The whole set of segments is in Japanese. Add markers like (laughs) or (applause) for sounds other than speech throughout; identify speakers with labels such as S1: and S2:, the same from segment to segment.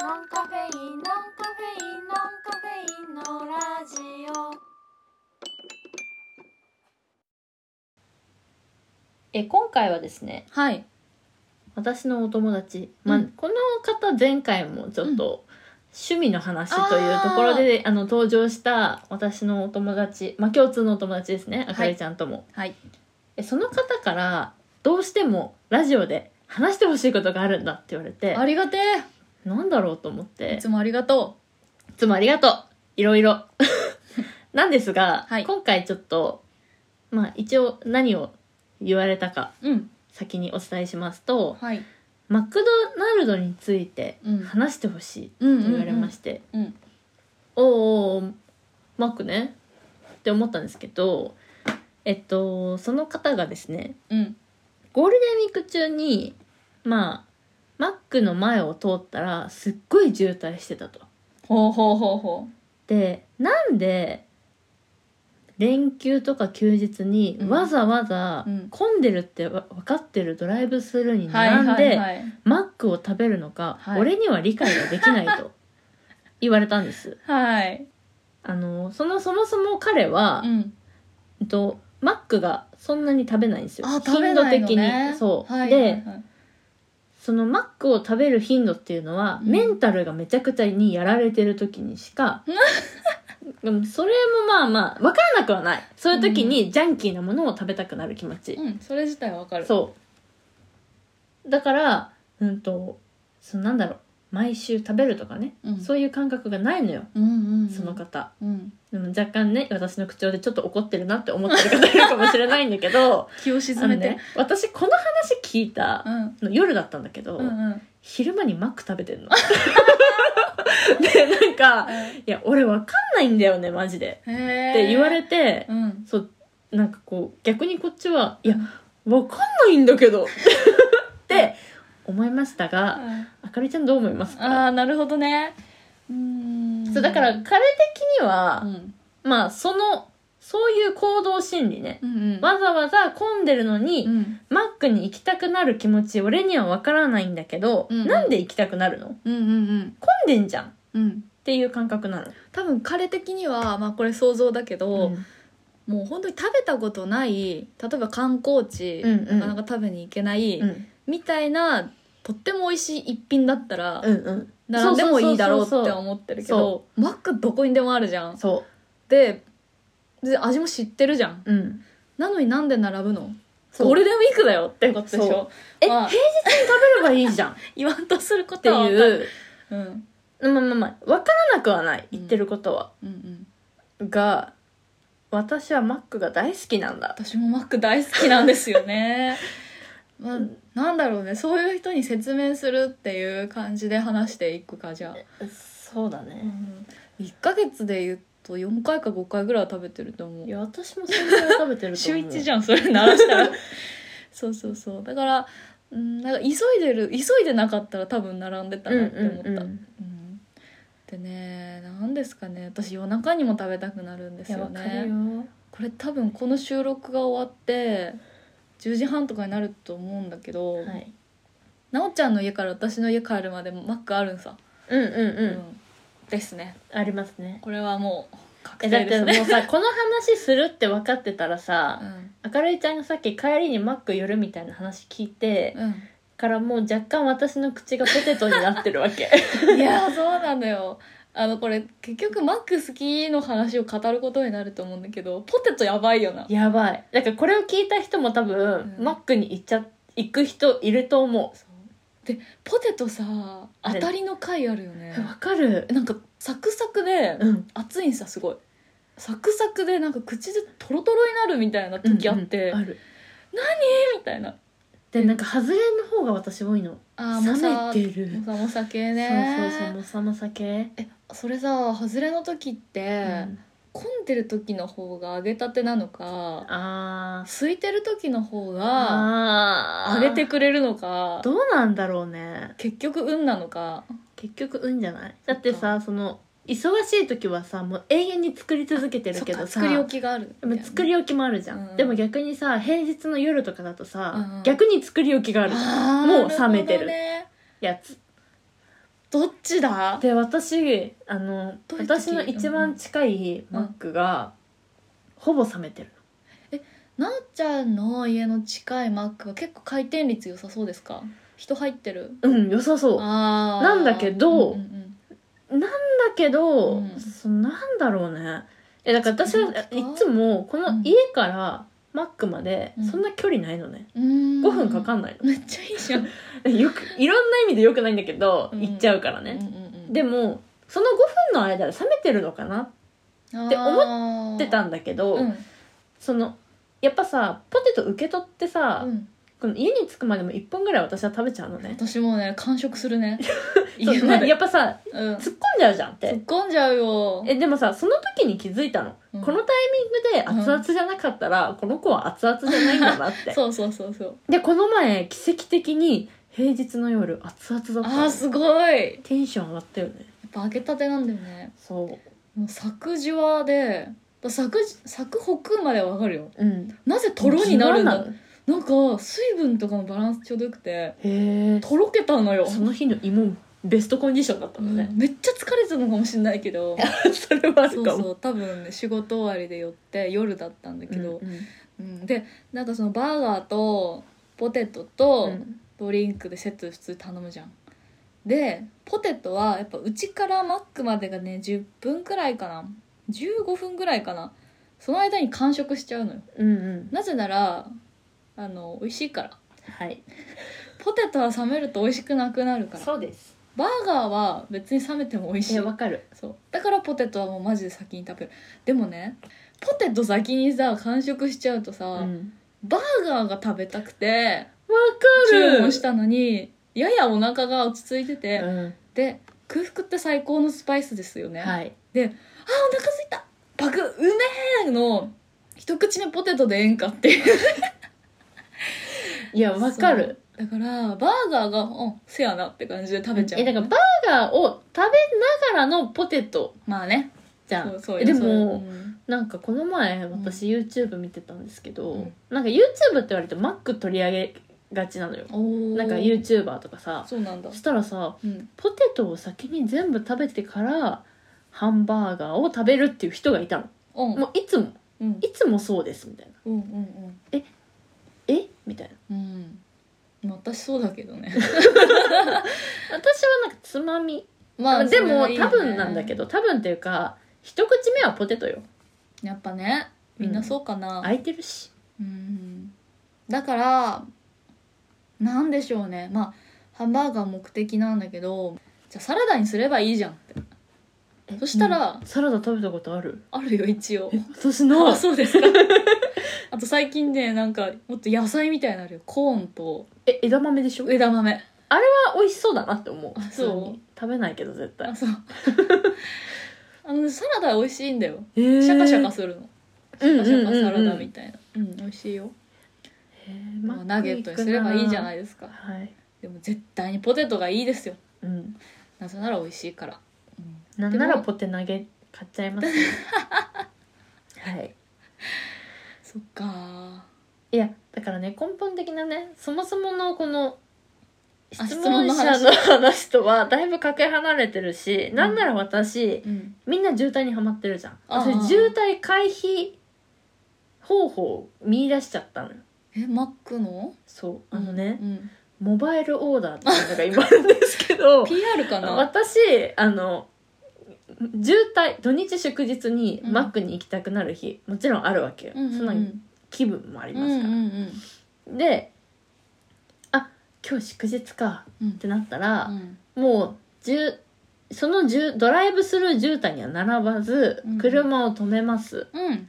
S1: ノンカフェインノンカフェインノンカフェインのラジオ
S2: え今回はですね
S3: はい。
S2: 私のお友達、まあ
S3: うん
S2: この方前回もちょっと趣味の話というところで、あの登場した私のお友達、まあ、共通のお友達ですねあかりちゃんとも、
S3: はい。
S2: えその方からどうしてもラジオで話してほしいことがあるんだって言われて
S3: ありがて
S2: なんだろうと思っ
S3: え。
S2: て
S3: いつもありがと
S2: いつもありがとういろいろ (laughs) なんですが、
S3: はい
S2: 今回ちょっとまあ一応何を言われたか
S3: う。うん。
S2: 先にお伝えしますと
S3: はい。
S2: マクドナルドについて
S3: うん
S2: 話してほしいって
S3: うん
S2: 言われまして、
S3: うん。
S2: おーおーマックねって思ったんですけどえっとその方がですね
S3: うん。
S2: ゴールデンウィーク中にまあマックの前を通ったらすっごい渋滞してたと。
S3: ほうほうほうほ
S2: でなんで連休とか休日に
S3: うん
S2: わざわざ
S3: うん
S2: 混んでるってわ分かってるドライブスルーに
S3: う。はい
S2: 並ん
S3: はい
S2: で
S3: はい。
S2: マックを食べるのか、
S3: はい
S2: 俺には理解ができない
S3: (laughs)
S2: と言われたんです。
S3: はい。
S2: あのそのそもそも彼は
S3: う、ん。
S2: えっとマックがそんなに食べないんですよ
S3: あ、食べないの
S2: 頻度的
S3: ね。
S2: にそう、
S3: はい
S2: で、
S3: はいはい
S2: そのマックを食べる頻度っていうのは、
S3: うん
S2: メンタルがめちゃくちゃにやられてる時にし
S3: (laughs)
S2: かうんそれもまあまあ分からなくはないそういう時にジャンキーなものを食べたくなる気持ち、
S3: うん。それ自体はわかる。
S2: そうだからうんとそのなんだろう毎週食べるとかね、
S3: うん。
S2: そういう感覚がないのよ
S3: うんうんうん。
S2: その方、
S3: うん。
S2: でも若干ね私の口調でちょっと怒ってるなって思ってる方いるかもしれないんだけど
S3: 気を (laughs) 沈
S2: あの
S3: めて
S2: ね。私この話聞いた
S3: うん。
S2: の夜だったんだけど、
S3: うんうん。
S2: 昼間にマック食べてんの。 (laughs) で、なんか、
S3: へ
S2: いや、俺わかんないんだよね、マジで。
S3: え。
S2: って言われて、
S3: うん。
S2: そう、なんかこう、逆にこっちは、いや
S3: うん、
S2: わかんないんだけど、って思いましたが、
S3: あ
S2: あかりちゃんどう思いますか
S3: あー、なるほどね。うーん。
S2: そう、だから彼的に
S3: う
S2: は、
S3: ん。
S2: まあ、その、そういう行動心理ね。
S3: うんうん。
S2: わざわざ混んでるの
S3: う
S2: に、
S3: ん。
S2: マックに行きたくなる気持ち、俺にはわからないんだけど、
S3: うんうん
S2: なんで行きたくなるの混
S3: うんうんうん。
S2: んでんじゃん。
S3: うん。
S2: っていう感覚なの。
S3: 多分彼的にはまあこれ想像だけど、もう本当に食べたことない例えば観光地、
S2: うんうん
S3: なかなか食べに行けない、
S2: うん
S3: みたいなとっても美味しい一品だったら、
S2: うんうん
S3: 並んでもいいだろうって
S2: そうそうそうそう
S3: 思ってるけどマックどこにでもあるじゃん
S2: そ
S3: でで味も知ってるじゃん
S2: う、うん、
S3: なのになんで並ぶの
S2: そう
S3: ゴールデンウィークだよってことでし
S2: そう
S3: ょ
S2: え、
S3: まあ
S2: 平日に食べればいいじゃんっ
S3: 言わんとすること
S2: て
S3: は分かる
S2: いう
S3: うんうん
S2: まあまあまあ分からなくはない言ってることは、
S3: うん
S2: が私はマックが大好きなんだ
S3: 私もマック大好きなんですよね (laughs) まあなんだろうねそういう人に説明するっていう感じで話していくかじゃあ、
S2: そうだ
S3: う
S2: ね
S3: ん、1ヶ月で言うと4回か5回ぐらいは食べてると思
S2: いうや私もそんなに食べてると
S3: 週
S2: 思う
S3: 1じ
S2: ゃん
S3: ゃんそれ鳴らしたら (laughs) そうそうそうだからうんなんか急いでる急いでなかったら多分並んでた
S2: うん
S3: なって思った、
S2: うんう
S3: うん
S2: ん
S3: でね何ですかね私夜中にも食べたくなるんで
S2: い
S3: す
S2: や
S3: よ
S2: わか
S3: ね
S2: るよ
S3: これ多分この収録が終わって10時半とかになると思うんだけど、
S2: はい
S3: なおちゃんの家から私の家帰るまでマックあるんさ、
S2: うんうんう、
S3: うんですね
S2: ありますね
S3: これはもう確
S2: えだ
S3: 定
S2: っ
S3: で
S2: て
S3: す
S2: もう
S3: ね
S2: さこの話するって分かってたらさ、
S3: うん
S2: 明るいちゃんがさっき帰りにマック寄るみたいな話聞いて、
S3: う
S2: からもう若干私の口がポテトになってるわ
S3: (laughs)
S2: け
S3: ん、いやーそうなんだよあのこれ結局マック好きの話を語ることになると思うんだけどポテトやばいよな
S2: やばいだからこれを聞いた人も多分、
S3: うん
S2: マックに行っちゃ行く人いると思
S3: そうでポテトさ当たりの回あるよね
S2: うわかる
S3: なんかサクサクで
S2: うん
S3: 熱いんさすごいサクサクでなんか口でトロトロになるみたいな時あって、
S2: うんうんある
S3: みたいな
S2: でなんか外れの方が私多いの
S3: あーもさ
S2: 冷めてる
S3: もさもさ系
S2: そう
S3: ね
S2: そうそうもさもさ系、
S3: えそれさ外れの時って、
S2: うん
S3: 混んでる時の方が揚げたてなのか
S2: あー
S3: 空いてる時の方が揚
S2: ああ
S3: げてくれるのか
S2: どうなんだろうね
S3: 結局運なのか
S2: 結局運じゃないだってさその忙しい時はさもう永遠に作り続けてるけど
S3: そっ
S2: さ
S3: か作り置きがある
S2: でも作り置きもあるじゃん、
S3: うん
S2: でも逆にさ平日の夜とかだとさ、
S3: うんうん
S2: 逆に作り置きがある
S3: あー
S2: もう冷めてる
S3: なほ
S2: やつ
S3: どねどっちだ
S2: で私あの
S3: どういう時
S2: 私の一番近いマックが、ほぼ冷めてる
S3: なっちゃんの家の近いマックは結構回転率良さそうですか人入ってる
S2: うん良さそうだ
S3: あー
S2: なんだけど
S3: うんうんうん
S2: けど、
S3: うん
S2: そなんだろうねえだから私は
S3: 作り
S2: い
S3: 置きか
S2: つもこ
S3: う
S2: の
S3: ん
S2: 家からマックまで
S3: うん
S2: そんな距離ないのね、
S3: うーん
S2: 5分かかんない
S3: めっちゃいいじゃん、ね
S2: のよくいろんな意味でよくないんだけど、
S3: うん
S2: 行っちゃうから
S3: うん
S2: ね、
S3: うんうん、
S2: でもその5分の間で冷めてるのかなって
S3: 思
S2: ってたんだけど、
S3: うん
S2: そのやっぱさポテト受け取ってさ、
S3: うん、
S2: この家に着くまでも1本ぐらい私は食べちゃうのね
S3: 私もね完食するね
S2: (laughs) そう
S3: 家まで
S2: やっぱさ
S3: うん、
S2: 突っ込んじゃうじゃんっ
S3: 突
S2: て
S3: っ込んじゃうよ
S2: えでもさその時に気づいたの、
S3: うん
S2: このタイミングで熱々じゃなかったら、この子は熱々じゃないんだなって
S3: そうそうそうそう
S2: でこの前奇跡的に平日の夜熱々だった
S3: あ
S2: の
S3: ーすごいや
S2: テンション上がったよね
S3: っぱ揚げたてなんだよね
S2: そう
S3: もう作じわで作じ作北空まではわかるよ
S2: うん
S3: なぜとろになるんだ
S2: のへ
S3: なんか水分とかのバランスちょうどよくて
S2: え
S3: とろけたのよ、
S2: その日の芋ベストコンディションだった
S3: う
S2: の
S3: ん
S2: ね、
S3: めっちゃ疲れてたのかもしれないけど
S2: (laughs) それはあ
S3: そ
S2: る
S3: う
S2: か
S3: そ
S2: も
S3: う多分ね仕事終わりで寄って夜だったんだけど、
S2: うんうん
S3: うんでなんかそのバーガーとポテトと
S2: うん
S3: ドリンクでセット普通頼むじゃんでポテトはやっぱうちからマックまでがね10分くらいかな15分くらいかなその間に完食しちゃうのよ
S2: うんうん
S3: なぜならあの美味しいから
S2: はい
S3: ポテトは冷めると美味しくなくなるから
S2: そうです
S3: バーガーは別に冷めても美味しい
S2: えわかる
S3: そうだからポテトはもうマジで先に食べるでもねポテト先にさ完食しちゃうとさ、
S2: わ、うん、
S3: バーガーが食べたくて
S2: かる
S3: 注文したのにややお腹が落ち着いてて、
S2: うん、
S3: で空腹って最高のスパイスですよね、
S2: はい
S3: あお腹空いたバクうめえの一口目ポテトでええんかって (laughs) いう
S2: いやわかる
S3: そうだからバーガーがうんせやなって感じで食べちゃう、
S2: えだからバーガーを食べながらのポテト
S3: まあね
S2: じゃん
S3: そうそう
S2: えで
S3: そういう
S2: も
S3: うん
S2: なんかこの前私 YouTube 見てたんですけど、
S3: うん
S2: なんか YouTube って割とマック取り上げがちなのよ
S3: おー
S2: なんか YouTuber とかさ
S3: そうなんだ
S2: そしたらさ
S3: うん
S2: ポテトを先に全部食べてからハンバーガーを食べるっていう人がいたの
S3: うん
S2: もういつも
S3: うん
S2: いつもそうですみたいな
S3: うんうん
S2: えみたいな
S3: うんうん私そうだけど
S2: (laughs)
S3: ね
S2: 私はなんかつまみ
S3: まそ
S2: で
S3: れ
S2: も
S3: はいいね
S2: 多分なんだけど多分っていうか一口目はポテトよ
S3: やっぱねみんなそうかな、
S2: 空いてるし
S3: うんだからなんでしょうねまあハンバーガー目的なんだけどじゃあサラダにすればいいじゃんってそしたら
S2: うんサラダ食べたことある
S3: あるよ一応
S2: 私の
S3: あそうですか (laughs) あと最近ねなんかもっと野菜みたいになるよコーンと
S2: え枝豆でしょ
S3: 枝豆
S2: あ美味しそうだなって思う
S3: あそう
S2: 普通に食べないけど絶対
S3: あ
S2: (laughs)
S3: そうあのねサラダ美味しいんだよ
S2: シ
S3: シャカシャカ
S2: シ
S3: するの
S2: ャ
S3: シャカシャカサラダみ
S2: た
S3: たいなうん美味しいよ
S2: い
S3: まあナゲットにすればいいじゃないいですか
S2: はい
S3: でも絶対にポテトがいいですよ
S2: うん
S3: なぜなら美味しいから、うん
S2: なんな
S3: で
S2: ら
S3: も
S2: ポテ投げ買っちゃいますねはい
S3: そっか
S2: いやだからね根本的なねそもそものこの
S3: あ
S2: 質問者
S3: 質
S2: の話とはだいぶかけ離れてるし、なんなら私
S3: うん
S2: みんな渋滞にはまってるじゃん
S3: ああ
S2: 私渋滞回避方法を見出しちゃったのよ
S3: えマックの
S2: そうあのね、
S3: うん、
S2: モバイルオーダーっていうのが今あるんですけ (laughs) ど
S3: PR かな
S2: 私あの渋滞土日祝日に
S3: うん
S2: マックに行きたくなる日、もちろんあるわけよ、
S3: うんうんうん
S2: そんな気分もあり
S3: うん
S2: ま
S3: う
S2: すから、
S3: ん
S2: であ今日祝日か
S3: うん
S2: ってなったら
S3: う、ん
S2: もうじゅそのじゅドライブスルー渋滞には並ばず
S3: うん
S2: 車を止めます、
S3: うん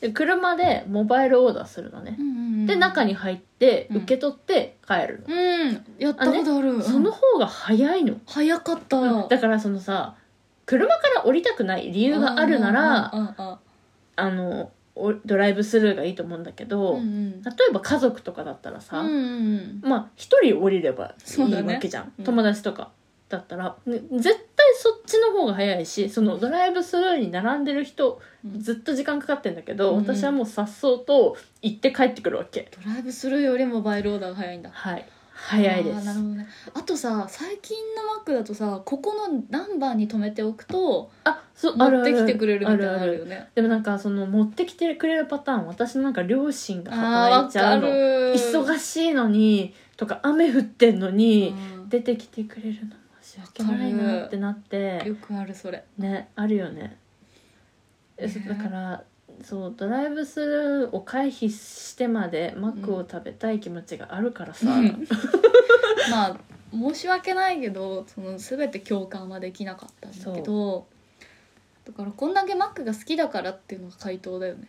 S2: で車でモバイルオーダーするのね
S3: う、ん
S2: で中に入って
S3: うん
S2: 受け取って帰る
S3: うんやったことある
S2: の、そ
S3: う
S2: の
S3: ん
S2: 方が早いの、
S3: 早かった、
S2: だからそのさ車から降りたくない理由があるならあ
S3: ああ
S2: のおドライブスルーがいいと思うんだけど、
S3: うんうん
S2: 例えば家族とかだったらさ、
S3: うんうん
S2: まあ一人降りればい
S3: そう
S2: い
S3: だね
S2: わけじゃん、
S3: うん
S2: 友達とかだったら、ね絶対そっちの方が早いしそのドライブスルーに並んでる人
S3: うん
S2: ずっと時間かかってんだけど、
S3: うん
S2: 私はもう颯爽と行って帰ってくるわけ
S3: ドライブスルーよりもバイローダーが早いんだ
S2: はい早いで
S3: あー
S2: す
S3: なるほどねあとさ最近のマックだとさここのナンバーに止めておくと
S2: あそう
S3: 持
S2: ある
S3: っ
S2: あ
S3: て
S2: る
S3: きてくれるみたいなのあ
S2: あるあ
S3: る
S2: る
S3: よね
S2: でもなんかその持ってきてくれるパターン私のなんか両親が
S3: あ
S2: 働
S3: ー
S2: いちゃう
S3: わか
S2: の
S3: る
S2: 忙しいのにとか雨降ってんのに、
S3: うん
S2: 出てきてくれるの申し訳ないなってなって
S3: よくあるそれ
S2: ねあるよねえそ
S3: ね
S2: だからそうドライブスルーを回避してまでマックを食べたい気持ちがあるからさ、
S3: うん (laughs) まあ申し訳ないけどその全て共感はできなかったんだけどだからこんだけマックが好きだからっていうのが回答だよね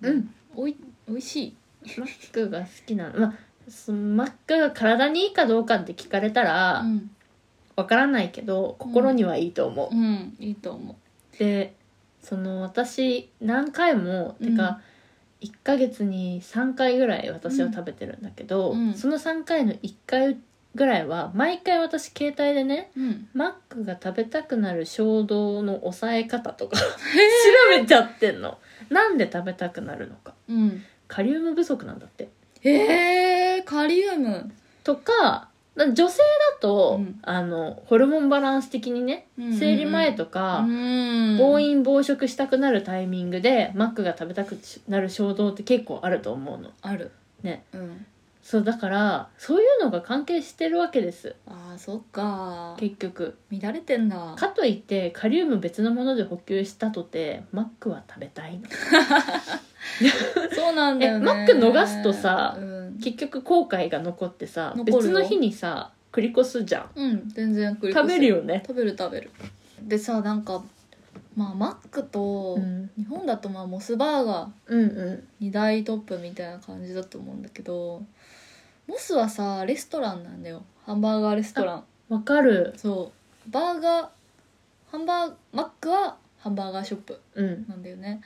S2: うん
S3: おいおいしい
S2: マックが好きなのまあそのマックが体にいいかどうかって聞かれたら
S3: うん、
S2: わからないけど心にはいいと思
S3: う
S2: う、
S3: ん、いいと思
S2: でその私何回も、
S3: うん
S2: てか1ヶ月に3回ぐらい私は食べてるんだけど、
S3: うん
S2: その3回の1回ぐらいは毎回私携帯でね
S3: ううん
S2: マックが食べたくなる衝動の抑え方とか調べちゃってんのなんで食べたくなるのか
S3: うん
S2: カリウム不足なんだって
S3: えー、カリウム、
S2: とかだ女性だと、
S3: うん
S2: あのホルモンバランス的にね生理前とか、
S3: かうん
S2: 暴飲暴食したくなるタイミングでマックが食べたくなる衝動って結構あると思うの
S3: ある
S2: ね
S3: うん
S2: そうだからそういうのが関係してるわけです
S3: あーそっか
S2: 結局
S3: 乱れてんだ
S2: かといってカリウム別のもので補給したとてマックは食べたいの
S3: そうなんだよね
S2: えマック逃すとさ
S3: うん、
S2: 結局後悔が残ってさ
S3: 残るよ
S2: 別の日にさ繰り越すじゃん
S3: うん、全然繰り越せ
S2: 食べるよね
S3: 食べる食べるでさなんかまあマックと、
S2: うん
S3: 日本だとまあモスバーガー
S2: うんう
S3: 二大トップみたいな感じだと思うんだけどモスはさレストランなんだよハンバーガーレストラン
S2: んわかる
S3: そうバーガーハンバーマックはハンバーガーショップ
S2: うん
S3: なんだよね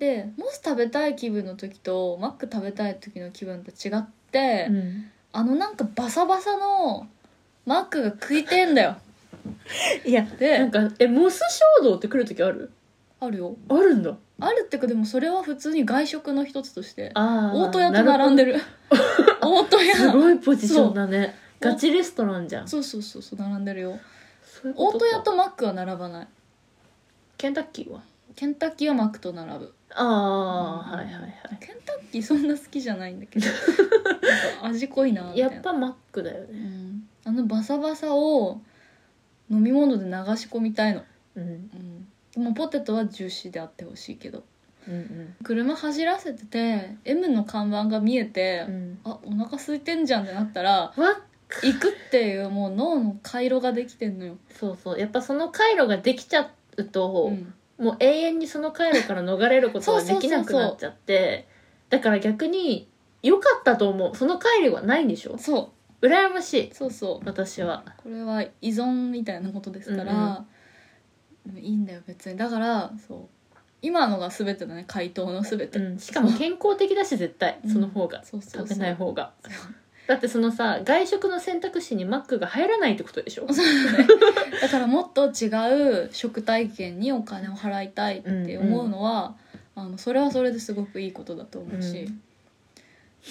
S3: でモス食べたい気分の時とマック食べたい時の気分と違って、
S2: うん、
S3: あのなんかバサバサのマックが食いてんだよ
S2: いやな
S3: で
S2: んかえモス衝動って来る時ある
S3: あるよ
S2: あるんだ
S3: あるってかでもそれは普通に外食の一つとして
S2: あ
S3: 大戸屋と並んでる
S2: (laughs)
S3: 大戸
S2: す
S3: 屋
S2: ごいポジションだねガチレストランじゃん
S3: そうそうそうそう並んでるよ
S2: そういうこ
S3: 大
S2: と
S3: 戸
S2: か
S3: 屋とマックは並ばない
S2: ケンタッキーは
S3: ケンタッキーはマックと並ぶ
S2: ああ、
S3: うん
S2: はいはいは
S3: ケンタッキーそんな好きじゃないんだけ
S2: (laughs)
S3: どなんか味濃いなみ
S2: い
S3: たい
S2: や
S3: な
S2: っぱマックだよ
S3: う
S2: ね
S3: ん、あのバサバサを飲み物で流し込みたいの、
S2: うん
S3: うん、でもポテトはジューシーであってほしいけど
S2: うん
S3: 車走らせてて M の看板が見えて、
S2: うん
S3: あお腹空いてんじゃんってなったら
S2: わ
S3: 行くっていうもう脳の回路ができてんのよ、
S2: そうそうやっぱその回路ができちゃう
S3: う
S2: と、
S3: ん、
S2: もう永遠にその回路から逃れることは
S3: そうそうそうそ
S2: でき
S3: う
S2: なくなっちゃってだから逆に良かったと思うその回路はないんでしょ
S3: そ
S2: 羨ましいう
S3: そうそう
S2: 私は
S3: これは依存みたいなことですから、でもいいんだよ別にだからそう今のが全てだね回答の全て、
S2: うんしかも健康的だし絶対その方が、
S3: そうそう
S2: 食
S3: そ
S2: べ
S3: う
S2: ない方がだってそのさ外食の選択肢にマックが入らないってことでしょ
S3: だからもっと違う食体験にお金を払いたいって思うのは、あのそれはそれですごくいいことだと思うし、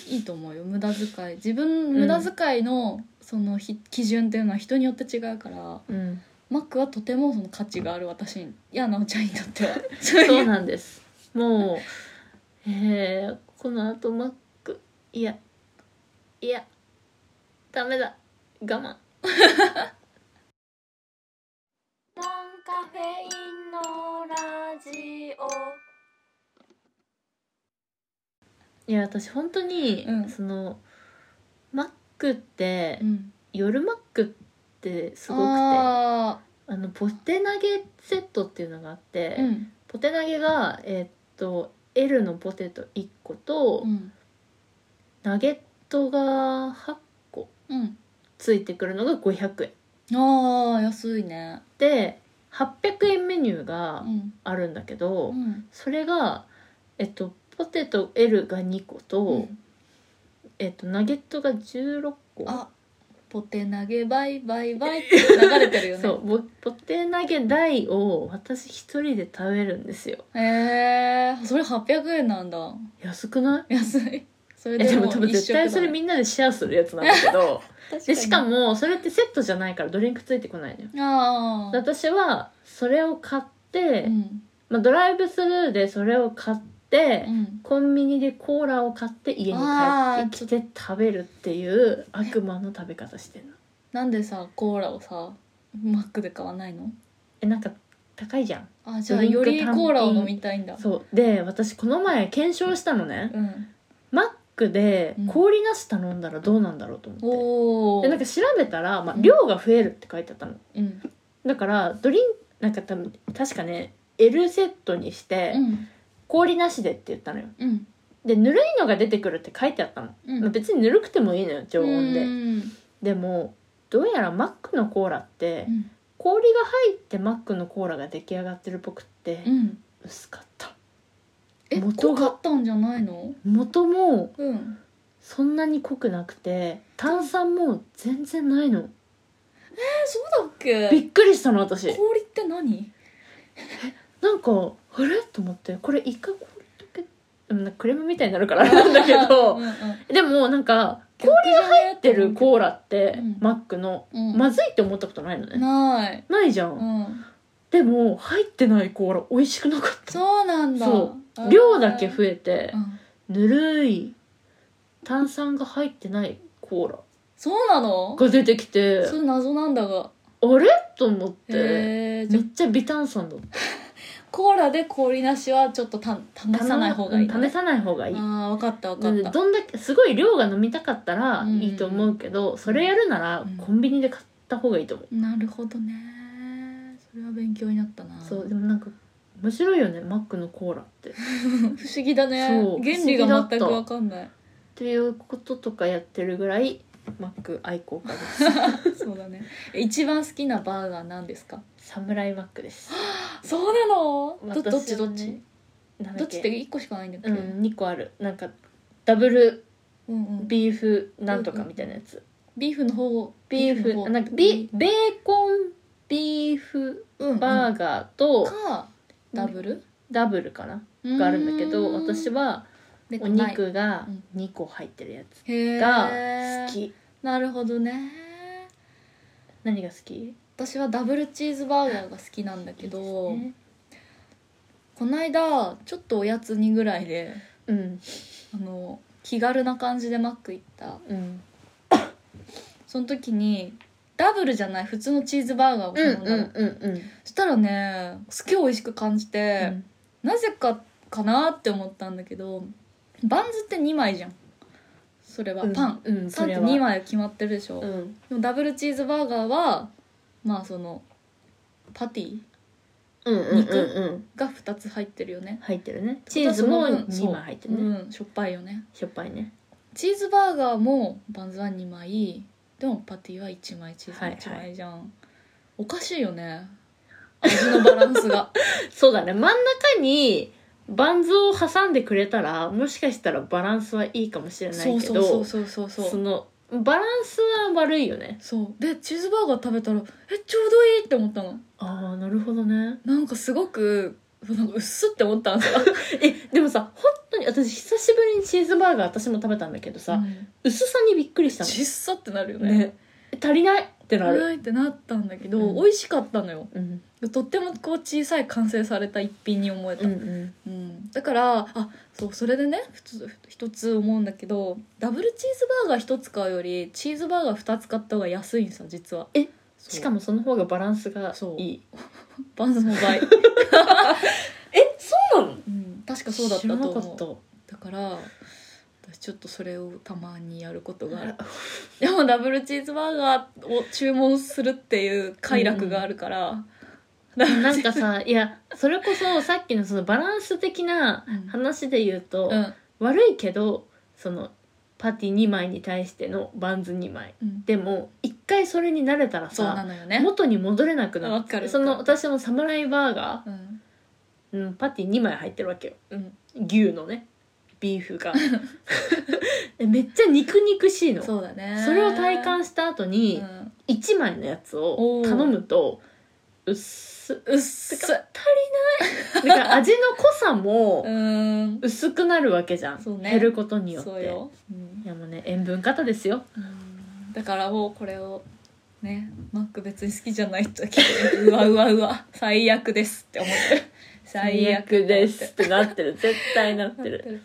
S3: いいと思うよ無駄遣い自分
S2: ん
S3: 無駄遣いのそのひ基準っていうのは人によって違うから
S2: うん、
S3: マックはとてもその価値がある私にいやなおちゃんにとっては
S2: そうなんですもうえー、この後マックいやいやダメだ我慢
S1: ノンカフェインのラジオ
S2: いや私本当に、
S3: うん
S2: そのマックって、
S3: うん
S2: 夜マックってすごくてあ
S3: あ
S2: のポテ投げセットっていうのがあって、
S3: ーうん
S2: ポテ投げがえーっと L のポテト1個と、
S3: うん
S2: ナゲットが8個
S3: うん
S2: ついてくるのが500円
S3: あー安いね
S2: で800円メニューが
S3: うん
S2: あるんだけど、
S3: うん
S2: それが、えっと、ポテト L が2個と、
S3: うん
S2: えっと、ナゲットが16個
S3: あポテ投げバイバイバイって流れてるよね
S2: そうぼポテ投げ台を私一人で食べるんですよ
S3: えー、それ800円なんだ
S2: 安くない
S3: 安いそれ
S2: えでも多分
S3: 一
S2: 絶対それみんなでシェアするやつなんだけ
S3: (laughs)
S2: どでしか
S3: も
S2: もそれってセットじゃないからドリンクついてこないのよ
S3: ああ
S2: 私はそれを買って、
S3: うん
S2: まあ、ドライブスルーでそれを買っ
S3: う
S2: て、
S3: ん
S2: コンビニでコーラを買って家に帰ってきて食べるっていう悪魔の食べ方してるの
S3: なんでさコーラをさマックで買わないの
S2: えなんか高いじゃん
S3: あじゃあ
S2: ドリンク
S3: より
S2: 単品
S3: コーラを飲みたいんだ
S2: そうで私この前検証したのね、
S3: うん
S2: マックで
S3: うん
S2: 氷なし頼んだらどうなんだろうと思って、
S3: おお
S2: でなんか調べたら、まあ
S3: う、ん
S2: 量が増えるって書いてあったの
S3: うん
S2: だからドリンなんか多分確かね L セットにして、
S3: うん
S2: 氷なしでって言ったのよ
S3: うん
S2: でぬるいのが出てくるって書いてあったの、
S3: うん
S2: まあ、別にぬるくてもいいのよ常温で、
S3: うん
S2: でもどうやらマックのコーラって、
S3: うん
S2: 氷が入ってマックのコーラが出来上がってるっぽくって、
S3: うん
S2: 薄かった
S3: え
S2: 元
S3: 濃
S2: が
S3: かったんじゃないの
S2: 元も
S3: うん
S2: そんなに濃くなくて炭酸も全然ないの
S3: えそうだっけ
S2: びっくりしたの私
S3: 氷って何
S2: なんかあれと思ってこれ一回氷溶けでもなんかクレームみたいになるからあれなんだけ
S3: う
S2: ど
S3: んうん
S2: でもなんか
S3: 氷が入
S2: 入ってるコーラって、
S3: うん
S2: マックの、
S3: うん
S2: まずいって思ったことないのね、
S3: ない
S2: ないじゃん、
S3: うん
S2: でも入ってないコーラ美味しくなかった
S3: そうなんだ
S2: そう量だけ増
S3: え
S2: えて
S3: うん
S2: ぬるい炭酸が入ってないコーラ
S3: そうなの
S2: が出てきて
S3: それ謎なんだが
S2: あれと思って
S3: へえじゃ
S2: め
S3: あ
S2: っちゃ微炭酸だった
S3: コーラで氷なしはちょっとた試さない方がいい、
S2: うん試さない方がいい
S3: ああ分かった分かった
S2: なんでどんだけすごい量が飲みたかったら
S3: うん
S2: いいと思うけど、それやるなら
S3: うん
S2: コンビニで買った方がいいと思う、
S3: なるほどねそれは勉強になったな
S2: そうでもなんか面白いよねマックのコーラって。っ
S3: 不思議だね
S2: そう
S3: 原理
S2: 不思議だ
S3: が
S2: っ
S3: 全
S2: た
S3: く分かんない
S2: ていうこととかやってるぐらいマック愛好家です。
S3: そうだね一番好きなバーガーなんですか
S2: サムライマックです。
S3: そうなのどどっち
S2: 私は
S3: ど
S2: ね
S3: っち
S2: なんだ
S3: どっ
S2: け
S3: ちって1個しかないんだっけ、
S2: うん2個あるなんかダブル
S3: うんうん
S2: ビーフなんとかみたいなやつ。
S3: ビーフの方
S2: ビー
S3: の方
S2: フなんかビベーコンビーフ
S3: うんうん
S2: バーガーと
S3: かダブル
S2: ダブルかながあるんだけど私
S3: は
S2: はお肉が2個入ってるやつが好き。
S3: なるほどね
S2: 何が好き
S3: 私はダブルチーズバーガーが好きなんだけど
S2: いいですね
S3: この間ちょっとおやつにぐらいで
S2: うん
S3: あの気軽な感じでマック行った
S2: うん
S3: その時にダブルじゃない普通のチーズバーガーを
S2: うん
S3: 頼んだ
S2: う
S3: の、
S2: んうん
S3: そしたらねすげえ美味しく感じて、なぜかかなって思ったんだけどバンズって2枚じゃんそれは、
S2: うん
S3: パン
S2: うん
S3: パ
S2: そ
S3: ンって
S2: れは
S3: 2枚決まってるでしょ、
S2: うん
S3: でもダブルチーズバーガーはまあそのパティ
S2: うんうん
S3: 肉
S2: うんうん
S3: が2つ入ってるよね
S2: 入ってるねチーズも2枚入ってる
S3: そう
S2: ね
S3: うん、しょっぱいよね
S2: しょっぱいね
S3: チーズバーガーもバンズは2枚でもパティは1枚チーズは1枚じゃん、おかしいよね味のバランスが
S2: そうだね真ん中にバンズを挟んでくれたらもしかしたらバランスはいいかもし (laughs) れな
S3: そう
S2: いけ
S3: そうそう
S2: ど
S3: そうそうそう
S2: そのバランスは悪いよね
S3: そうでチーズバーガー食べたらえちょうどいいって思ったの
S2: ああなるほどね
S3: なんかすごくなんかうっすって思ったんですよ、
S2: えでもさ本当に私久しぶりにチーズバーガー私も食べたんだけどさ、
S3: うん
S2: 薄さにびっくりした
S3: ちっさってなるよ
S2: の
S3: ね
S2: ね足りないってなる、
S3: ないってなったんだけど、
S2: うん
S3: 美味しかったのよ
S2: うん、
S3: とってもこう小さい完成された一品に思えた、
S2: うんうん
S3: うんだからあそうそれでねふつ一つ思うんだけどダブルチーズバーガー一つ買うよりチーズバーガー二つ買った方が安いんさ実は
S2: え
S3: そう
S2: しかもその方がバランスが
S3: そう
S2: いい
S3: バンズも
S2: (laughs)
S3: 倍、
S2: えそうなの
S3: うん、確かそうだったと
S2: 知らなか
S3: 思
S2: っ
S3: う
S2: た
S3: だから私ちょっとそれをたまにやることがあるでもダブルチーズバーガーを注文するっていう快楽があるから、ダブル
S2: な
S3: チ
S2: ん
S3: ーズ
S2: かさいやそれこそさっきのそのバランス的な話で言うと、
S3: うん
S2: 悪いけどそのパティ2枚に対してのバンズ2枚
S3: うん、
S2: でも一回それに慣れたら
S3: そうな
S2: さ、
S3: のよね、
S2: 元に戻れなくな
S3: わかる
S2: その私のサムライバーガー
S3: うん
S2: うん、パティ2枚入ってるわけよ
S3: うん、
S2: 牛のねビーフ
S3: (laughs)
S2: がえめっちゃ肉肉しいの
S3: そ
S2: そ
S3: うだね
S2: れを体感した後に
S3: うん
S2: 1枚のやつを
S3: おー
S2: 頼むとうっす
S3: うっす
S2: だから味の濃さも
S3: うん
S2: 薄くなるわけじゃん、
S3: そうね
S2: 減ることによって
S3: そうよ、うん
S2: いやもうね塩分過多ですよ
S3: だからもうこれをねマック別に好きじゃない人は聞いてうわうわうわ最悪ですって思って
S2: (laughs)
S3: る最悪
S2: ですっ
S3: って
S2: なってる絶対なっててる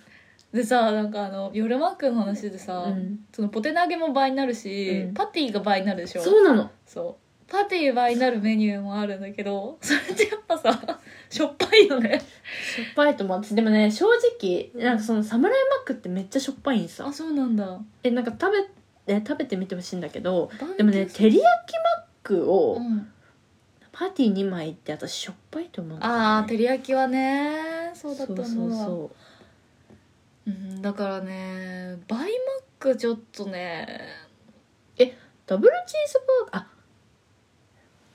S3: でさなんかあの夜マックの話でさ、
S2: うん
S3: そのポテ投げも倍になるし、
S2: うん
S3: パティが倍になるでしょ
S2: そうなの
S3: そうパティ倍になるメニューもあるんだけどそれってやっぱさしょっぱいよね
S2: しょっぱいと思う私でもね正直なんかそのサムライマックってめっちゃしょっぱいんさ
S3: あそうなんだ
S2: えなんか食べ,、ね、食べてみてほしいんだけどでも
S3: も
S2: ね照り焼きマック
S3: う
S2: を
S3: ん、
S2: パティ2枚って私しょっぱいと思うんだよね、
S3: ああ照り焼きはねそうだったのは
S2: そうそうそう
S3: うん、だからねバイマックちょっとね
S2: ダブルチーズバーガーあ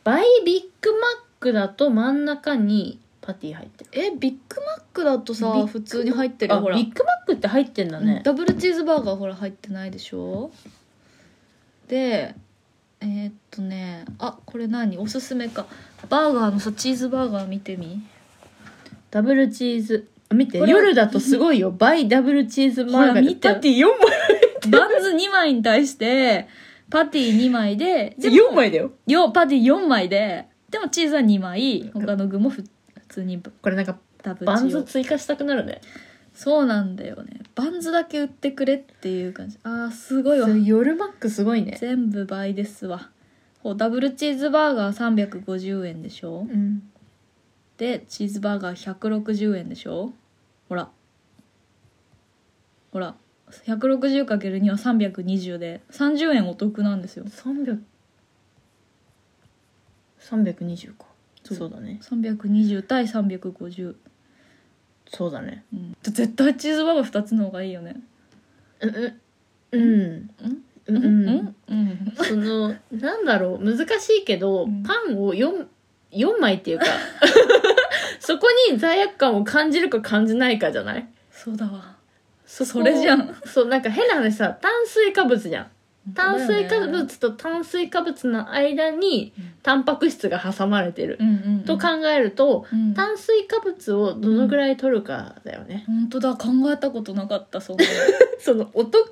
S2: バイビッグマックだと真ん中にパティ入ってる
S3: えビッグマックだと
S2: ビッグマッ
S3: さ
S2: ク
S3: 普通に入ってる
S2: あ
S3: よほら、
S2: ビッグマックって入ってんだ
S3: うん
S2: ね、
S3: ダブルチーズバーガーほら入ってないでしょでえーっとねあこれ何おすすめかバーガーのさチーズバーガー見てみ
S2: ダブルチーズあ見て
S3: これ
S2: 夜だとすごいよバイダブルチーズマー
S3: ほ
S2: ガ
S3: ら
S2: ー
S3: 見て
S2: パティ4枚
S3: バンズ2枚に対してパティ2枚ででも
S2: 4枚だよ
S3: よパティ4枚ででもチーズは2枚他の具もふ普通に
S2: これなんか
S3: ダブルチ
S2: バン
S3: ー
S2: ズ
S3: ズ
S2: 追加したくなるね
S3: そうなんだよねバンズだけ売ってくれっていう感じあーすごいわ
S2: そう夜マックすごいね
S3: 全部倍ですわほうダブルチーズバーガー350円でしょ
S2: うん
S3: でチーズバーガー160円でしょほらほら 160×2 は320で30円お得なんですよ
S2: 300320か
S3: そう
S2: そうだね
S3: 320対350、
S2: そうだね
S3: うん、絶対チーズバーガー2つの方がいいよね
S2: うんうんう
S3: う
S2: んうん、
S3: うん、うん、
S2: そのなんだろう難しいけど、
S3: うん
S2: パンを 4, 4枚ってい
S3: (laughs)
S2: うかそこに罪悪感を感じるか感じないかじゃない
S3: そうだわ
S2: そこ
S3: それじゃん
S2: そうなんか変な話さ炭水化物じゃん炭水
S3: そう
S2: 化
S3: だよね
S2: 物と炭水化物の間に
S3: うん
S2: タンパク質が挟まれてる、
S3: うんうんうん
S2: と考えると
S3: うん
S2: 炭水化物をどのぐらい取るかだよね、
S3: 本当だ考えたことなかったそん
S2: (laughs)
S3: な
S2: そのお得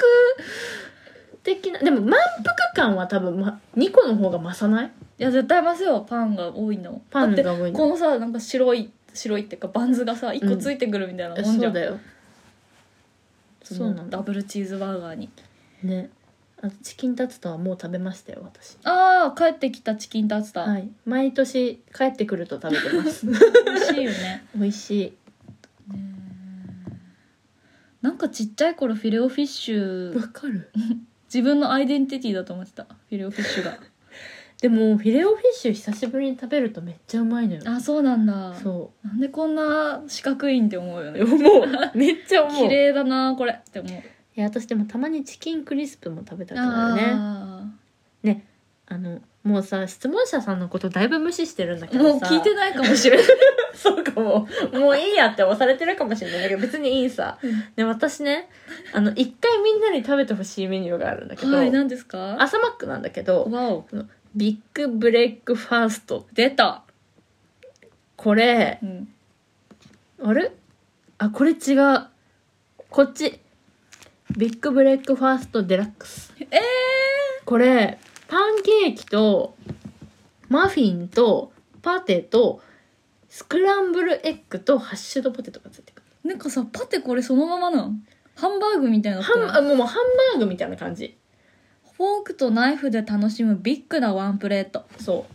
S2: 的なでも満腹感は多分、ま、2個の方が増さない
S3: いや絶対ますよパンが多いの
S2: パ
S3: だっ
S2: ン
S3: て
S2: が多いの
S3: このさなんか白い白いっていうかバンズがさ一個ついてくるみたいなも
S2: そ
S3: んじゃ、
S2: うんだよ
S3: そ
S2: そう
S3: の
S2: なんだ
S3: ダブルチーズバーガーに
S2: ねあとチキンタツタはもう食べましたよ私
S3: ああ帰ってきたチキンタツタ、
S2: はい毎年帰ってくると食べてます
S3: 美味しいよね
S2: (laughs) 美味しい
S3: なんかちっちゃい頃フィレオフィッシュ
S2: かる
S3: 自分のアイデンティティだと思ってたフィレオフィッシュ
S2: (laughs)
S3: が
S2: でもフィレオフィッシュ久しぶりに食べるとめっちゃうまいのよ
S3: あそうなんだ
S2: そ
S3: なんでこんな四角いんって思うよ
S2: う
S3: ね
S2: でももうめっちゃ思 (laughs)
S3: 綺
S2: うい
S3: 麗だなこれって思う
S2: や私でもたまにチキンクリスプも食べたくなるね
S3: あ
S2: あのもうさ質問者さんのことだいぶ無視してるんだけ
S3: ーもう
S2: どさ
S3: 聞いてないかも
S2: (laughs)
S3: しれない
S2: そうかも。もういいやって押されてるかもしれないんだけど、別にいいさ。で、私ね、あの、一回みんなに食べてほしいメニューがあるんだけど、
S3: はい何ですか
S2: 朝マックなんだけど、
S3: わお
S2: ビッグブレックファースト。
S3: 出た、
S2: これ、
S3: うん、
S2: あれあ、これ違う。こっち。ビッグブレックファーストデラックス。
S3: ええ
S2: これ、パンケーキと、マフィンと、パテと、スクランブルエッグとハッシュドポテトがついてくる。
S3: ー、なんかさパテこれそのままなんハンバーグみたいになって
S2: ハ
S3: る
S2: ンあもうもうハンバーグみたいな感じ。
S3: フォークとナイフで楽しむビッグなワンプレート
S2: そう。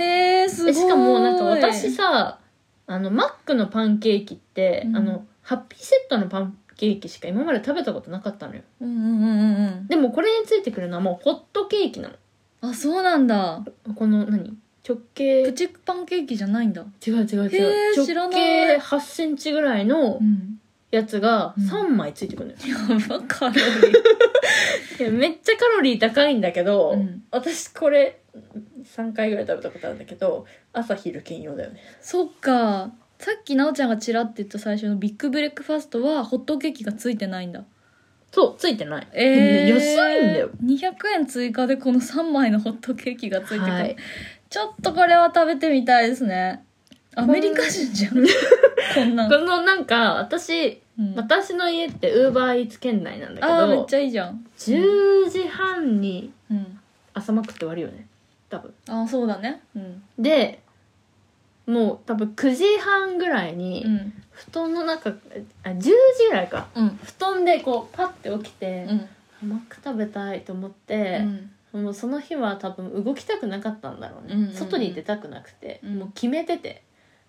S3: へえすご
S2: え
S3: い
S2: しかもなんか私さあのマックのパンケーキって、
S3: うん
S2: あのハッピーセットのパンケーキしか今まで食べたことなかったのよ
S3: うんうんうんうんうん
S2: でもこれについてくるのはもうホットケーキな
S3: あそうなんだ
S2: のこの何直径
S3: プチパンケーキじゃないんだ
S2: 違う違う
S3: へー
S2: 違う直
S3: 知らない
S2: 径8センチぐらいの
S3: ん
S2: やつが
S3: うん
S2: 3枚ついてくるのよ、
S3: やばカ
S2: (laughs)
S3: ロリー
S2: いやめっちゃカロリー高いんだけど、
S3: うん
S2: 私これ3回ぐらい食べたことあるんだけど朝昼兼用だよね
S3: そっかさっき奈緒ちゃんがちらって言った最初のビッグブレックファストはホットケーキがついてないんだ
S2: そうついてない、
S3: えー、
S2: でもね安いんだよ
S3: 200円追加でこの3枚のホットケーキがついてくる、
S2: はい
S3: ちょっとこれは食べてみたいですねアメリカ人じゃんこん (laughs) なん
S2: このなんか私
S3: うん
S2: 私の家ってウーバーイーツ圏内なんだけ
S3: あーめっ
S2: ど
S3: ちゃいいじゃん、
S2: 10時半に
S3: うん、
S2: 朝マックって終わるよね多分
S3: あーそうだねうん、
S2: でもう多分9時半ぐらいに
S3: うん
S2: 布団の中あ10時ぐらいか
S3: うん
S2: 布団でこうパッて起きて
S3: う、ん
S2: マック食べたいと思って、もうその日は多分動きたくなかったんだろうね、
S3: うんうんうん
S2: 外に出たくなくて、
S3: うん
S2: もう決めてて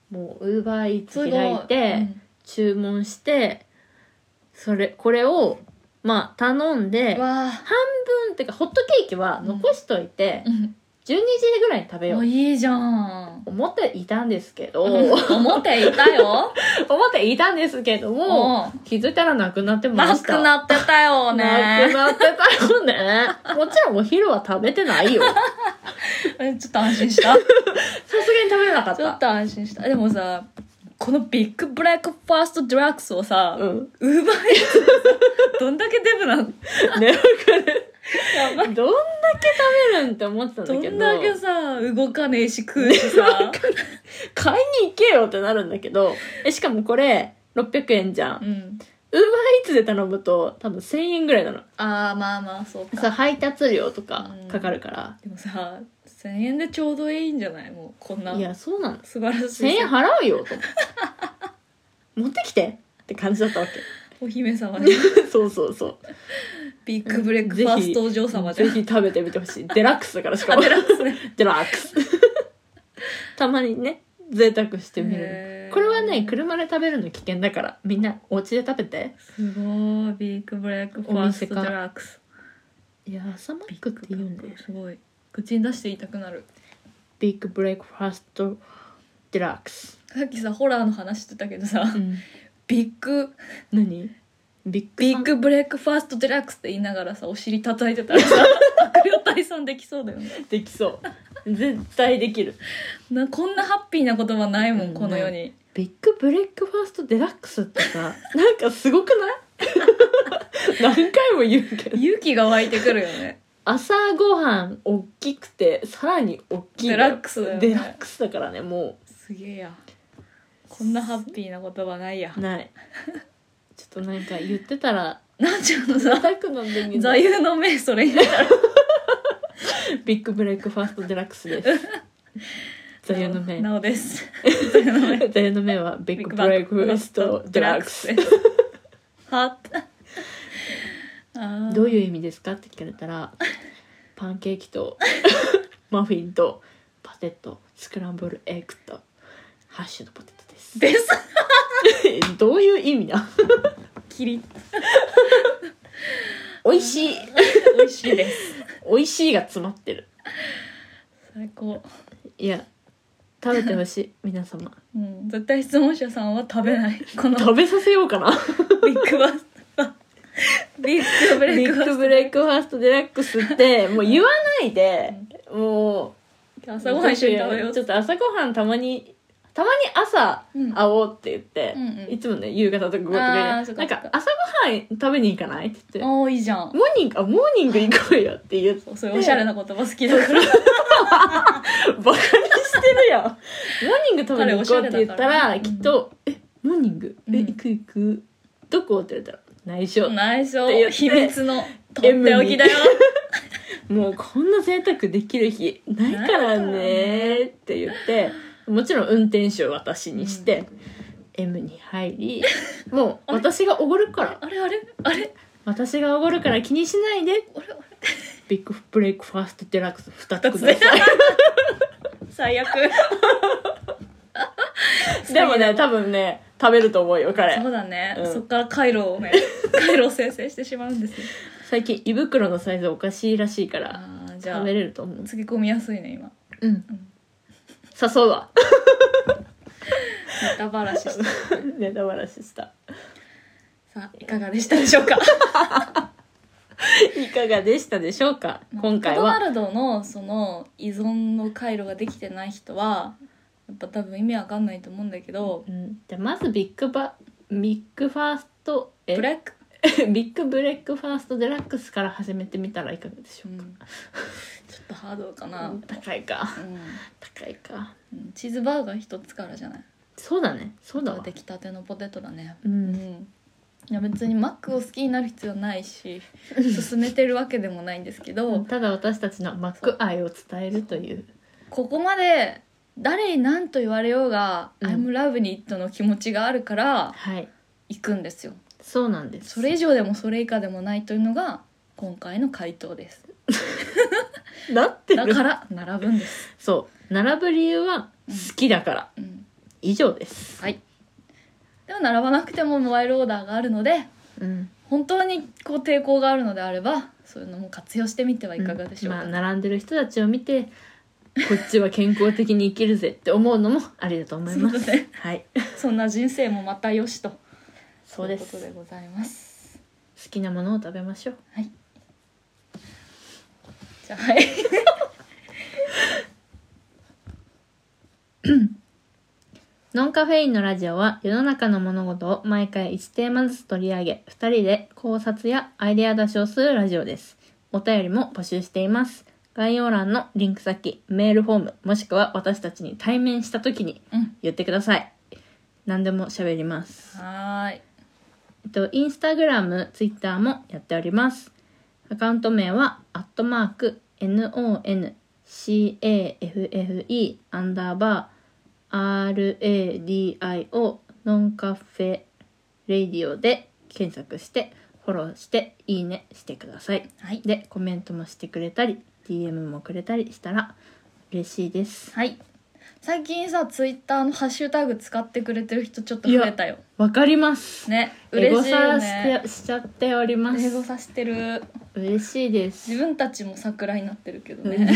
S2: もうウーバーイー
S3: すご
S2: ツ開いて、
S3: うん
S2: 注文してそれこれをまあ頼んで半
S3: わあ
S2: 分っていうかホットケーキは残しといて、
S3: うん
S2: 12時ぐらいに食べよ
S3: も
S2: う
S3: ういいじゃん
S2: 思っていたんですけど (laughs) 思
S3: 思っていたよ
S2: っていたんですけども
S3: も
S2: 気づいたらなくなって
S3: う
S2: ま
S3: な
S2: し
S3: く
S2: た
S3: なってたよ
S2: な
S3: (laughs)
S2: く
S3: ね
S2: なってたよ
S3: (laughs)
S2: ね。もちろんお昼は食べてないよ。さ
S3: ちょっと安心した
S2: すがに食べれなかっ。
S3: ちょったと安心したでもさこのビッグブレックファーストドラッグスをさ、
S2: うん。
S3: ウーバーイーツどんだけデブなの
S2: ね、わかる。どんだけ食べるんって思ってたんだ
S3: ど
S2: けど。
S3: んだけさ動かねえし食うしさ、
S2: 買いに行けよってなるんだけど。え、しかもこれ、600円じゃん。ウー
S3: うん、
S2: バーイーツで頼むと、多分1000円ぐらいなの。
S3: ああまあまあそうか
S2: さ、配達料とかかかるから。
S3: でもさ1000円でちょうどいいんじゃないもうこんない
S2: や、そうなの。
S3: 素晴らし
S2: 1000
S3: い
S2: 円払うよ、と思って。持ってきてって感じだったわけ。
S3: お姫様に (laughs)
S2: そうそうそう。
S3: ビッグブレックファーストお嬢様じゃ
S2: ぜ
S3: ん
S2: ひ食べてみてほしいデラックスだからしか
S3: あ
S2: も
S3: デラックスね
S2: デラックスたまにね贅沢してみ
S3: へ
S2: る
S3: ー
S2: これはね車で食べるの危険だからみんなお家で食べて
S3: すごいビッグブレックファーストドラッグス
S2: いや朝マックって言うんだよ
S3: すごい口に出して言いたくなる
S2: ビッグブレイクファーストデラックス、
S3: さっきさホラーの話してたけどさ、ビッグ
S2: 何ビッグ
S3: ビッグブレックファーストデラックスって言いながらさお尻叩いてたらさ悪霊退散できそうだよね
S2: できそう絶対できる
S3: なこんなハッピーな言葉ないもん、
S2: うん
S3: この世に
S2: ビッグブレイクファーストデラックスってさ (laughs) なんかすごく (laughs) ない何回も言うけど
S3: 勇気が湧いてくるよね
S2: 朝ごはん大きくてさらに大きい
S3: デ
S2: の
S3: ラックスだよね
S2: デラックスだからねも
S3: すげえやこんなハッピーな言葉ないや
S2: うないちょっとなんか言ってた (laughs) ら
S3: なんちゃんの
S2: 痛
S3: さ
S2: くなってみ
S3: 座
S2: る
S3: 右の銘それになる
S2: ビッグブレイクファーストデラックス (laughs) です座右の銘
S3: なおです
S2: (laughs) 座右の銘はビッグブレイクファーストデラックス
S3: はっ
S2: どういう
S3: う
S2: 意味ですかって聞かれた (laughs) らパンケーキと (laughs) マフィンとパテとスクランブルエッグとハッシュドポテトです
S3: ベス
S2: (laughs) どういう意味だ
S3: キリ
S2: 美味しい
S3: 美味しいです
S2: 美味しいが詰まってる
S3: 最高、
S2: いや食べてほし (laughs) い皆様
S3: うん、絶対質問者さんは食べないこの
S2: 食べさせようか (laughs) な
S3: ビッグバスビッグブレ
S2: ビ
S3: イク
S2: ッ
S3: バ
S2: グ
S3: ス
S2: ブレイクファーストデラックスってもう言わないでもう
S3: 朝ごはん一緒に食べよう
S2: ちょっと朝ごはんたまにたまに朝
S3: うん
S2: 会おうって言って、
S3: うんうん
S2: いつもね夕方とか午後と
S3: あ
S2: か
S3: ーそ
S2: に
S3: っかそっか
S2: なんか朝ごはん食べに行かないって言って
S3: おーいいじゃん
S2: モーニングあモーニング行こうよって言って
S3: そうそういうおしゃれな言葉好きだから
S2: バカにしてる
S3: (laughs)
S2: やんモーニング食べに行こうって言ったら
S3: 彼おしゃれだからね
S2: きっと「えモーニングえ
S3: うん
S2: 行く行くどこ?」って言ったら「内緒」
S3: 内緒
S2: って言って
S3: 秘密のとっておきだよ
S2: もうこんな贅沢できる日ないからね」って言ってもちろん運転手を私にして、M に入りもう私がおごるから
S3: あれあれあれ
S2: 私がおごるから気にしないで
S3: あれあ
S2: ビッグブレイクファーストデラックス2
S3: れ
S2: つください
S3: (laughs) 最悪
S2: でもね多分ね食べると思うよ彼
S3: そうだね、
S2: うん
S3: そっから回路をね回路を生成してしまうんですよ
S2: 最近胃袋のサイズおかしいらしいから
S3: あーじゃあ
S2: (laughs) 食べれると思う
S3: つぎ込みやすいね今
S2: うん誘うわ (laughs)
S3: ネタばらしして
S2: ネタバラシした
S3: さあいかがでしたでしょうか
S2: いかがでしたでしょうか今回
S3: マ
S2: は
S3: クドナルドのその依存の回路ができてない人はやっぱ多分意味わかんないと思うんだけど、
S2: うん、じゃあまずビッグバビッグファーストえ
S3: ブレック、
S2: (laughs) ビッグブレックファーストデラックスから始めてみたらいかがでし
S3: う、
S2: ょうん
S3: ちょ
S2: か
S3: っ、とハードかな、う
S2: うんん高いか高いか
S3: うんチーズバーガー一つからじゃない
S2: そうだねそうだわ
S3: 出来たてのポテトだね
S2: う
S3: うんんいや別にマックを好きになる必要ないし勧めてるわけでもないんですけど、
S2: ただ私たちのマック愛を伝えるという
S3: ここまで誰に何と言われようが「
S2: うん
S3: I'm loving it」の気持ちがあるから
S2: はい
S3: 行くんですよ
S2: そうなんです
S3: それ以上でもそれ以下でもないというのが今回の回答
S2: (laughs)
S3: です
S2: だって
S3: だから並ぶんです、
S2: そう並ぶ理由は好きだから、
S3: うん、
S2: 以上です
S3: はいでも並ばなくてもモバイルオーダーがあるので
S2: うん
S3: 本当にこう抵抗があるのであればそういうのも活用してみてはいかがでしょうか、
S2: まあ、並んでる人たちを見てこっちは健康的に生きるぜって思うのもありだと思います
S3: (laughs) そうだね
S2: はい
S3: そんな人生もまたよしと
S2: そうで
S3: と
S2: す
S3: いうことでございます
S2: 好きなものを食べましょう
S3: はいじゃあはい
S2: ノンカフェインのラジオは世の中の物事を毎回1テーマずつ取り上げ、2人で考察やアイデア出しをするラジオです。お便りも募集しています。概要欄のリンク先、メールフォーム、もしくは私たちに対面した時に
S3: うん
S2: 言ってください。何でも喋ります。
S3: はーい
S2: えっと、インスタグラム、ツイッターもやっております。アカウント名は、アットマーク、noncaffe、アンダーバー、radio、ノンカフェ、レディオで検索して、フォローして、いいねしてください。
S3: はい
S2: で、コメントもしてくれたり、DM もくれたりしたら嬉しいです。
S3: はい最近さツイッターのハッシュタグ使ってくれてる人ちょっと増えたよ
S2: わかります。
S3: ね
S2: エゴ
S3: 嬉しい
S2: サ
S3: よ
S2: ラ
S3: ね
S2: してしちゃっておりま
S3: エゴ
S2: す。
S3: サしてる
S2: 嬉しいです。
S3: 自分たちも桜になってるけど
S2: うん
S3: ね、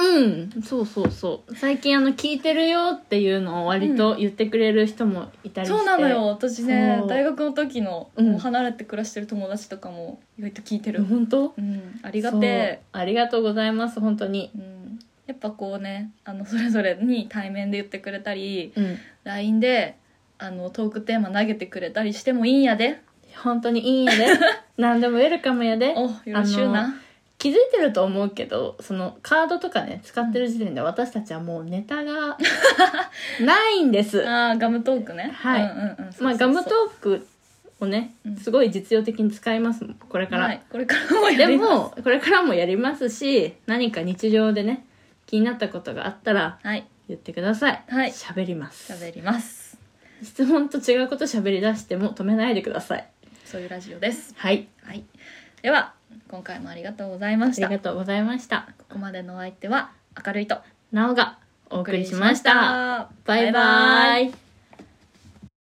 S2: うんうんそうそうそう最近あの聞いてるよっていうのを割と言ってくれる人もいたりして、
S3: (laughs) そうなのよ私ね
S2: そう
S3: 大学の時の、
S2: うん
S3: もう離れて暮らしてる友達とかも意外と聞いてる、
S2: 本当あ
S3: うん、ありがて
S2: ありがとうございます本当に
S3: え、うん、やっぱこうねあのそれぞれに対面で言ってくれたり
S2: うん
S3: LINE であのトークテーマ投げてくれたりしてもいいんやで
S2: 本当にいいん
S3: (laughs)
S2: やで何でもウェルカムやで
S3: およろしゅう
S2: あの
S3: な
S2: 気づいてると思うけどそのカードとかね使ってる時点で私たちはもうネタ
S3: (laughs)
S2: がないんです
S3: あーガムトークね
S2: はい
S3: うんうんうんそうそうそう
S2: まあガムトークをね
S3: うん
S2: すごい実用的に使いますもんこれから、
S3: はい、これからもや
S2: (laughs) で
S3: ります
S2: もこれからもやりますし何か日常でね気になったことがあったら
S3: はい
S2: 言ってください
S3: はい
S2: 喋ります
S3: 喋ります
S2: 質問と違うこと喋り出しても止めないでください
S3: そういうラジオです
S2: はい
S3: はいでは今回もありがとうございま
S2: あ
S3: し
S2: り
S3: た
S2: がとうございました
S3: ここまでのお相手は明るいと
S2: なおがお
S3: お
S2: 送りしました
S3: 送りしました
S2: バイバイ